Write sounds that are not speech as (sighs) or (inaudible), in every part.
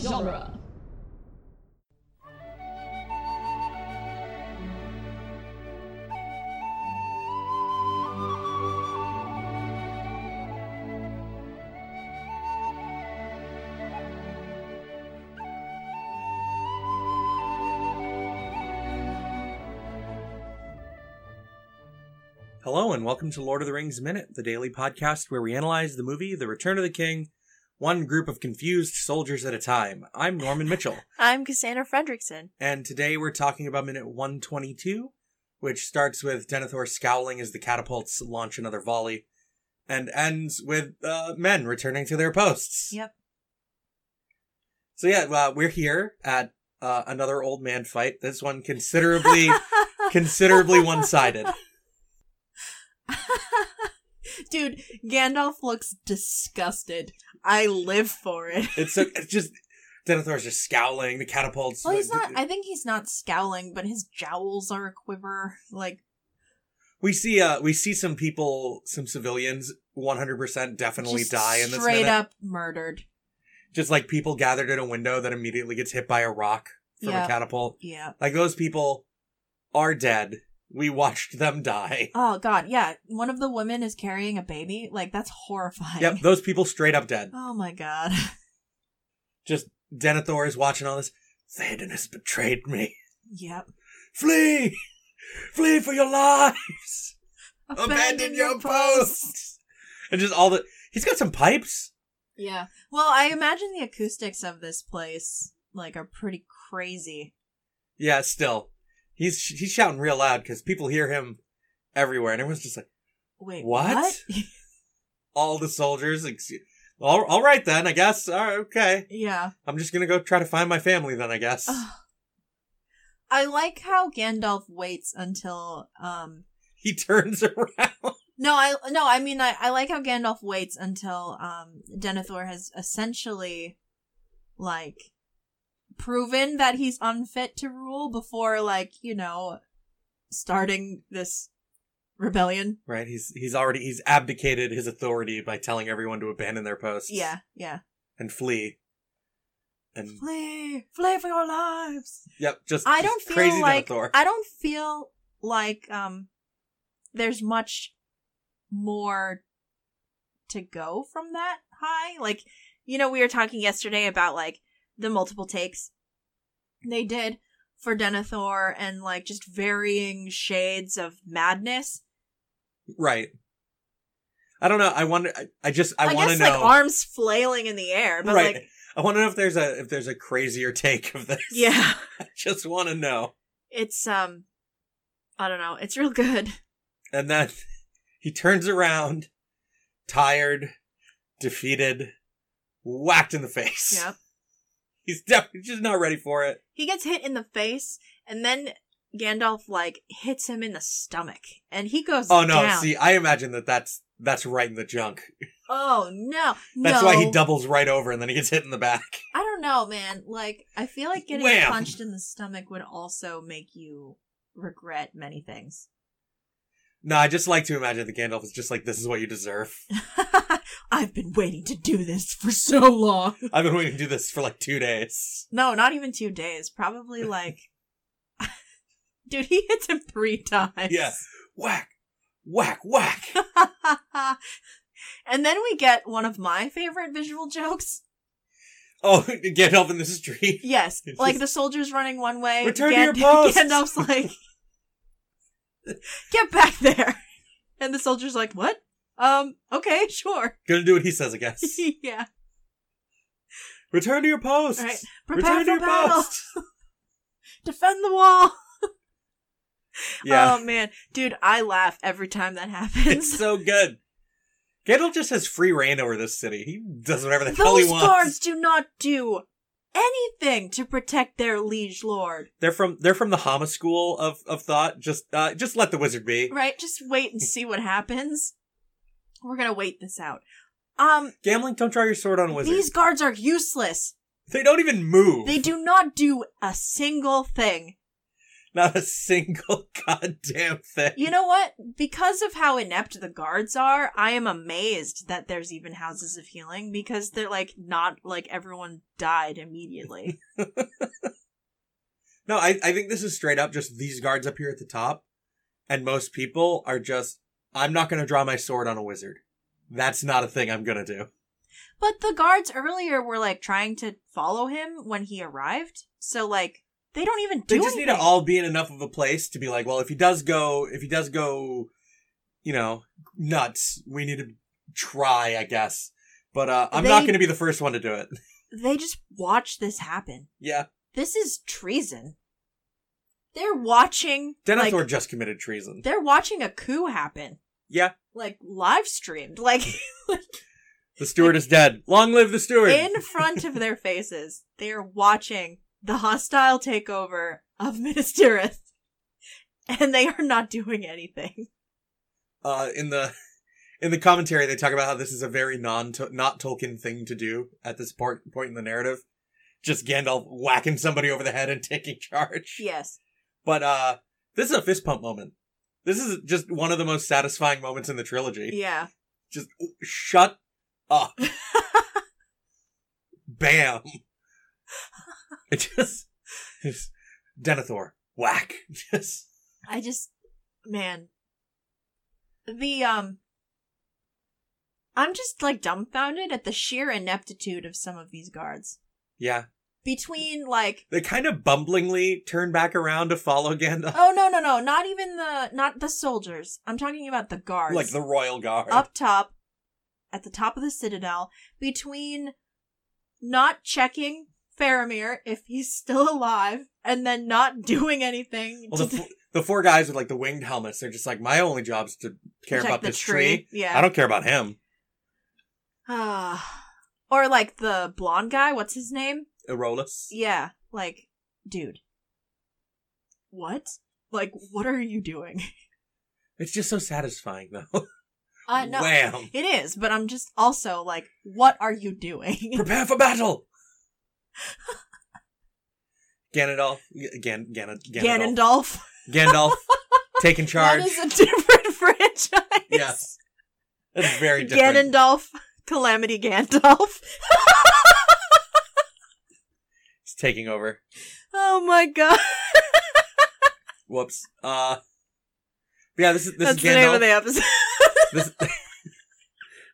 genre. Hello, and welcome to Lord of the Rings Minute, the daily podcast where we analyze the movie The Return of the King, one group of confused soldiers at a time. I'm Norman Mitchell, I'm Cassandra Fredrickson. and today we're talking about Minute 122, which starts with Denethor scowling as the catapults launch another volley, and ends with uh, men returning to their posts. Yep. So, yeah, uh, we're here at uh, another old man fight. This one considerably, considerably one sided. (laughs) Dude, Gandalf looks disgusted. I live for it. It's, so, it's just. Denethor's just scowling. The catapults. Well, he's the- not. (laughs) I think he's not scowling, but his jowls are a quiver. Like, We see uh we see some people, some civilians 100% definitely just die in this straight minute. up murdered. Just like people gathered in a window that immediately gets hit by a rock from a Yeah. catapult. Yeah. Like those people are dead. We watched them die. Oh God. Yeah. One of the women is carrying a baby. Like that's horrifying. Yep, those people straight up dead. (laughs) Oh my God. (laughs) Just Denethor is watching all this. Théoden has betrayed me. Yep. Flee! Flee for your lives! Abandon, your posts! And just all the He's got some pipes. Yeah. Well, I imagine the acoustics of this place like are pretty crazy. Yeah, still, he's he's shouting real loud because people hear him everywhere, and everyone's just like, Wait. What? what? (laughs) all the soldiers. Like, all, all right then, I guess. All right, okay. yeah. I'm just gonna go try to find my family then, I guess. Ugh. I like how Gandalf waits until um (laughs) he turns around. no, I no, I mean I, I like how Gandalf waits until um Denethor has essentially like proven that he's unfit to rule before like, you know, starting this rebellion. right, he's he's already he's abdicated his authority by telling everyone to abandon their posts. Yeah, yeah. and flee. And Flee, flee for your lives. yep, just I don't just feel crazy like Denethor. I don't feel like um there's much more to go from that high. Like you know, we were talking yesterday about like the multiple takes they did for Denethor and like just varying shades of madness. right. I don't know. I wonder. I, I just I, I, want guess to know. like arms flailing in the air, but right. like I want to know if there's a if there's a crazier (laughs) take of this. yeah, I just want to know. it's um I don't know, it's real good. And then (laughs) he turns around, tired, defeated, whacked in the face. Yep. (laughs) He's definitely just not ready for it. he gets hit in the face and then Gandalf like hits him in the stomach and he goes Oh no! down. See, I imagine that that's that's right in the junk. oh no That's no. why he doubles right over and then he gets hit in the back. (laughs) I don't know man like I feel like getting Wham! punched in the stomach would also make you regret many things (laughs) No, I just like to imagine that Gandalf is just like, "This is what you deserve." (laughs) I've been waiting to do this for so long I've been waiting to do this for like two days. no not even two (laughs) days probably like (laughs) dude he hits him three times Yeah. Whack, whack, whack. (laughs) (laughs) and then we get one of my favorite visual jokes oh, (laughs) Gandalf in the street. (laughs) Yes, It's like just- the soldiers running one way. Return to your posts! (laughs) Gandalf's like, get back there, and the soldiers like, what? Um, okay, (laughs) sure, Gonna do what he says, I (laughs) guess. yeah, Return to your posts. all right. Return Prepare to for your battle. posts. (laughs) Defend the wall. Yeah. Oh man, dude, I laugh every time that It's (laughs) uh, happens. so good. Gandalf just has free reign over this city. He does whatever the hell he Those wants. guards do not do anything to protect their liege lord. They're from they're from the Hama school of of thought. Just uh, just let the wizard be. Right? Just wait and see what happens. We're gonna wait this out. Um, Gambling, don't draw your sword on a wizard. these guards are useless. They don't even move. They do not do a single thing. Not a single (laughs) goddamn thing. You know what? Because of how inept the guards are, I am amazed that there's even houses of healing because they're like not like everyone died (laughs) immediately. No, I, I think this is straight up just these guards up here at the top, and most people are just, I'm not going to draw my sword on a wizard. That's not a thing I'm going to do. but the guards earlier were like trying to follow him when he arrived. So like they don't even do They just need to anything. all be in enough of a place to be like, well, if he does go, if he does go, you know, nuts, we need to try, I guess. But uh, I'm not They- going to be the first one to do it. (laughs) They just watch this happen. yeah. This is treason. They're watching Denethor like, just committed treason. they're watching a coup happen. Yeah. Like live streamed. Like The steward is dead. Long live the steward. in front of their faces, they are watching the hostile takeover of Minas Tirith, and they are not doing anything. uh, in the (laughs) in the commentary they talk about how this is a very non not Tolkien thing to do at this part, point in the narrative. Just Gandalf whacking somebody over the head and (laughs) taking charge. Yes, But uh this is a fist pump moment. This is just one of the most satisfying moments in the trilogy. yeah, Just oh, shut (laughs) up. Bam. (laughs) It just, just Denethor whack. (laughs) Just I just, man, the um, I'm just like dumbfounded at the sheer ineptitude of some of these guards. yeah. Between like, They kind of bumblingly turn back around to follow Gandalf. oh no no no, not even the not the soldiers. I'm talking about the guards, Like the royal guard. up top at the top of the citadel between not checking Faramir if he's still (laughs) alive and then not (laughs) doing anything Well, to the, f- the four guys with like the winged helmets, they're just like, my only job's to care protect about the this tree. I Yeah. don't care about him. Ah. (sighs) or like the blonde guy, what's his name? Erolus. Yeah, like dude. What? Like what are you doing? (laughs) It's just so satisfying though. Uh (laughs) no. Wham. It is, but I'm just also like what are you doing? Prepare for battle. (laughs) Ganondorf. Gan, Gan, Ganondorf. Ganondorf. (laughs) Gandalf taking charge. That is a (laughs) different franchise. Yeah. That's very different. Ganondorf, (laughs) Calamity Gandalf. (laughs) He's taking over. Oh my god. Whoops. Uh, but yeah, this is, this That's is the name Gandalf. of the (laughs) episode. this,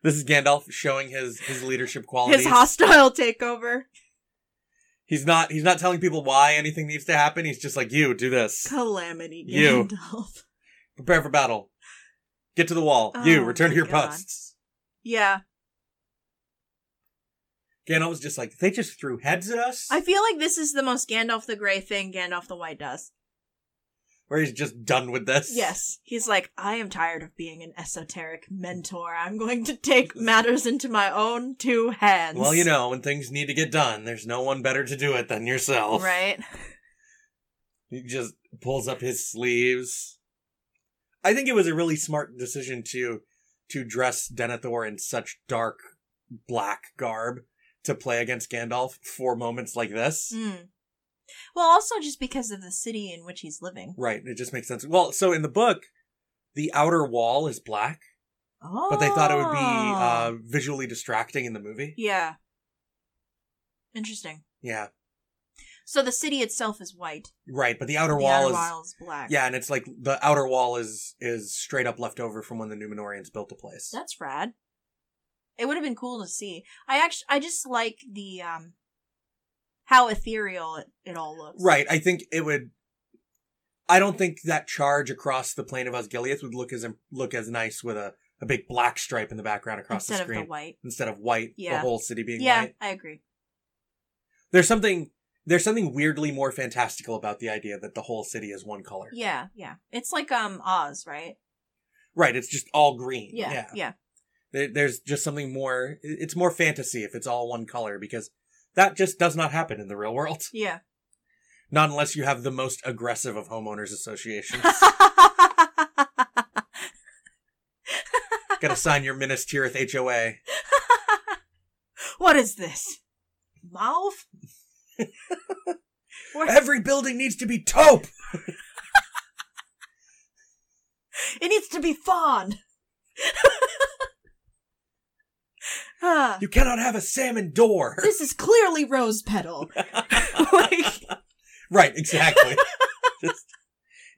this is Gandalf showing his, his leadership qualities. His hostile takeover. He's not he's not telling people why anything needs to happen. He's just like, you do this. Calamity You. Gandalf. Prepare for battle. Get to the wall. you Oh return my to your God. posts. Yeah. Gandalf was just like, they just threw heads at us. I feel like this is the most Gandalf the Grey thing Gandalf the White does. Where he's just done with this. Yes. He's like, I am tired of being an esoteric mentor. I'm going to take matters into my own two hands. Well, you know, when things need to get done, there's no one better to do it than yourself. Right? He just pulls up his sleeves. I think it was a really smart decision to to dress Denethor in such dark black garb to play against Gandalf for moments like this. Mm. Well, also just because of the city in which he's living. Right. It just makes sense. Well, so in the book, the outer wall is black, Oh. but they thought it would be uh, visually distracting in the movie. Yeah. Interesting. Yeah. So the city itself is white. Right. But the outer the wall outer is. wall is black. Yeah, and it's like the outer wall is is straight up left over from when the Numenorians built the place. That's rad. It would have been cool to see. I actually, I just like the um, how ethereal it, it all looks. Right. I think it would. I don't think that charge across the plain of Osgiliath would look as look as nice with a, a big black stripe in the background across instead the screen of the white. instead of white. The Yeah. whole city being Yeah, white. I agree. There's something there's something weirdly more fantastical about the idea that the whole city is one color. Yeah, yeah. It's like um Oz, right? Right, it's just all green. Yeah, yeah. There, there's just something more. It's more fantasy if it's all one color because that just does not happen in the real world. yeah. Not unless you have the most aggressive of homeowners associations. (laughs) Gotta sign your Minas Tirith HOA. (laughs) what is this? (laughs) Mouth? Where- Every building needs to be taupe! It needs to be fawn. (laughs) Ah, You cannot have a salmon door. (laughs) this is clearly rose petal. (laughs) like right, (laughs) exactly. Just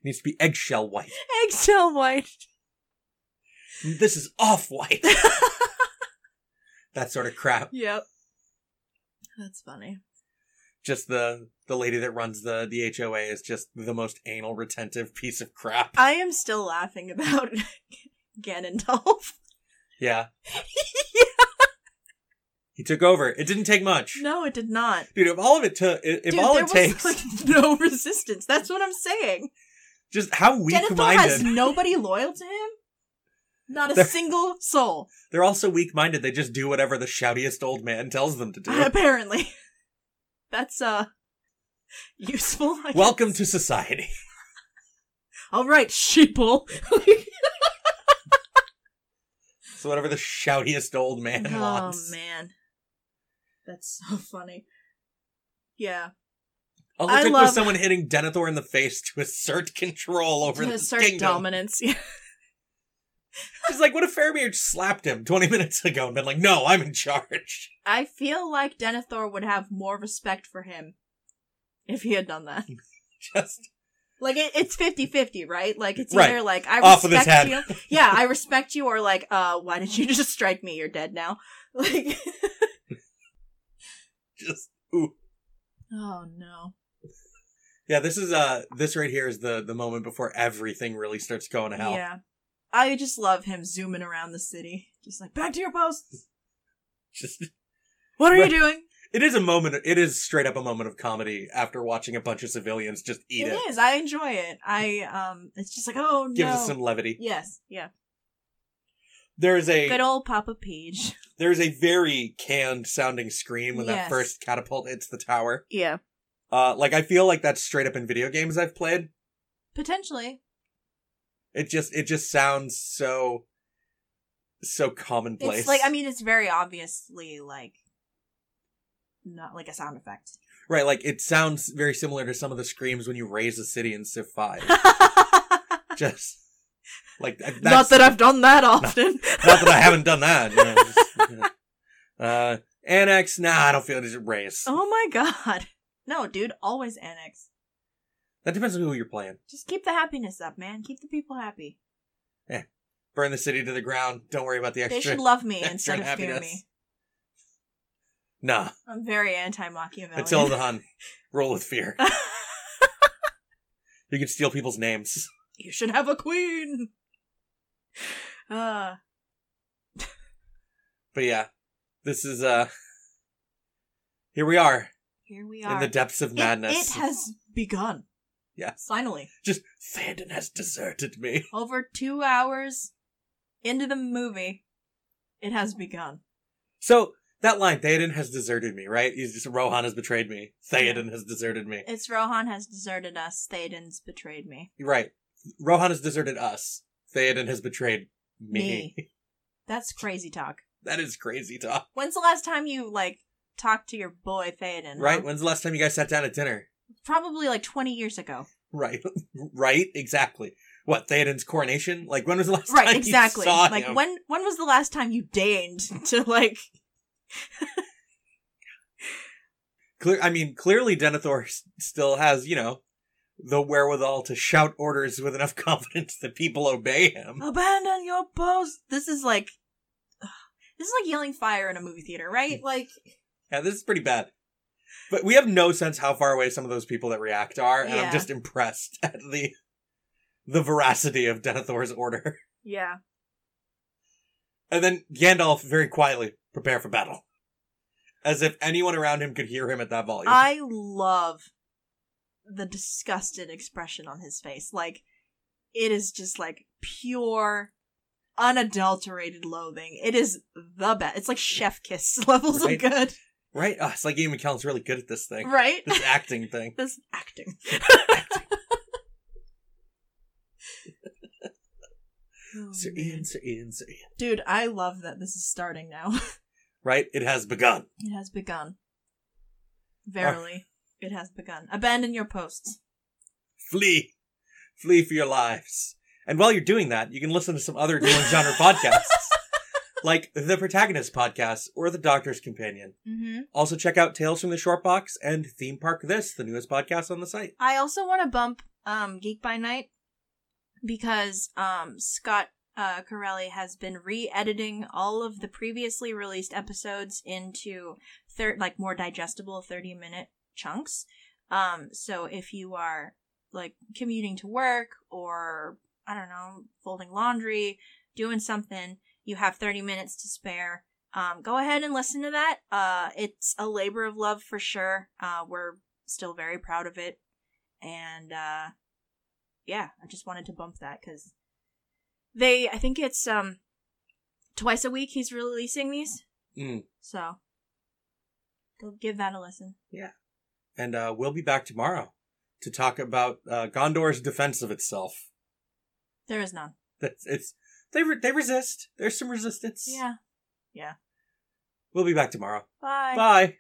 needs to be eggshell white. eggshell white. This is off (laughs) white. that sort of crap. Yep. That's funny. Just the the lady that runs the the HOA is just the most anal retentive piece of crap. I am still laughing about (laughs) Ganondorf. (laughs) Yeah. He took over. It didn't take much. No, it did not. Dude, if all of it took, if Dude, all there it takes, was (laughs) no resistance. That's what I'm saying. just how Denethor weak-minded. has nobody loyal to him. Not a There- single soul, They're also weak-minded. They just do whatever the shoutiest old man tells them to do. apparently. (laughs) That's uh useful. I Welcome guess. to society. (laughs) all right, sheeple. So whatever the shoutiest old man oh wants. man, that's so (laughs) funny. Yeah, All I it took love- was someone hitting Denethor in the face to assert control over to this assert kingdom. dominance. (laughs) Yeah. It's like, what if Faramir slapped him 20 (laughs) minutes ago and been like, no, I'm in charge. (laughs) I feel like Denethor would have more respect for him if he had done that. Just, Like it, it's 50-50, right? Like it's Right. either like I Off with his respect (laughs) you. Yeah, I respect you or like uh why did you (laughs) just strike me? You're dead now. (laughs) (laughs) Like just, ooh. Oh no. Yeah, this is, uh, this right here is the, the moment before everything really starts going to hell. Yeah. I just love him zooming around the city. Just like back to (laughs) your posts. (laughs) Just, What are Right. you doing? it is a moment, it is straight up a moment of comedy after watching a bunch of civilians just eat it. it is. I enjoy it. I um it's just like oh no. Gives us some levity. Yes, yeah. There is a, Good old Papa (laughs) Peach. there is a very canned sounding scream when that Yes. first catapult hits the tower. Yeah. Uh, like I feel like that's straight up in video games I've played. Potentially. It just it just sounds so so commonplace. It's like I mean it's very obviously like not like a sound (laughs) effect. right? Like it sounds very similar to some of the screams when you raise a city in Civ (laughs) Five. just like that's, not that I've done that often. (laughs) not that I haven't done that. you know, just, you know. Uh, annex? Nah, I don't feel it. Just raise. oh my god. No, dude, always annex. That depends on who you're playing. Just keep the happiness up, man. Keep the people happy. Burn the city to the ground. Don't worry about the they extra. should love me extra instead of fear happiness. me. nah, I'm very anti Machiavellian. until the Hun. Roll with (laughs) fear. You can steal people's names. you should have a queen. Uh, But yeah, this is uh here we are here we in are. the depths of It- madness. It, has begun. Yeah. Finally. Just Thandon has deserted me. Over two hours into the movie, it has begun. So that line, Theoden has deserted me, right? He's just Rohan has betrayed me. Theoden has deserted me. It's Rohan has deserted us. Thaden's betrayed me. Right. Rohan has deserted us. Theoden has betrayed me. That's crazy talk. (laughs) that is crazy talk. When's the last time you like talked to your boy Theoden? huh? Right? When's the last time you guys sat down at dinner? (laughs) Probably like twenty years ago. Right. (laughs) right? Exactly. What, Theoden's coronation? Like when was the last time Right, you exactly. saw Like him? when when was the last time you deigned (laughs) to like Clear, I mean, clearly Denethor s- still has, you know, the wherewithal to shout orders with enough (laughs) confidence that people obey him. abandon your post? This is like this is like yelling fire in a movie theater, right? Like Yeah, this is pretty bad. But we have no sense how far away some of those people that react are, and Yeah. I'm just impressed (laughs) at the the veracity of Denethor's order. (laughs) Yeah. And then Gandalf very quietly prepare for battle. As if anyone around him could hear him at that volume. I love the disgusted expression on his face. Like it is just like pure unadulterated loathing. It is the best. It's like chef kiss (laughs) levels Right. of good. right? Oh, it's like Ian McKellen's really good at this thing. Right? This acting thing. (laughs) this acting. (laughs) Oh, Sir man. Ian, Sir Ian, Sir Ian. Dude, I love that this is starting now. (laughs) Right? It has begun. It has begun. Verily, it has begun. Abandon your posts. Flee. Flee for your lives. And while you're doing that, you can listen to some other dueling genre podcasts, like the Protagonist Podcast or the Doctor's Companion. Mm-hmm. Also, check out Tales from the Short Box and Theme Park This, the newest podcast on the site. I also want to bump um, Geek by Night because um, Scott uh, Corelli has been re-editing all of the previously released episodes into thir- like more digestible thirty-minute chunks. Um, so if you are like commuting to work or I don't know folding laundry, doing something, you have thirty minutes to spare. Um, go ahead and listen to that. Uh, it's a labor of love for sure. Uh, we're still very proud of it, and uh, yeah, I just wanted to bump that because they, I think it's um, twice a week he's releasing these, Mm. so go give that a listen. And uh, we'll be back tomorrow to talk about uh, Gondor's defense of itself. (laughs) There is none. That's it's they re- they resist. There's some resistance. Yeah. We'll be back tomorrow. Bye. Bye.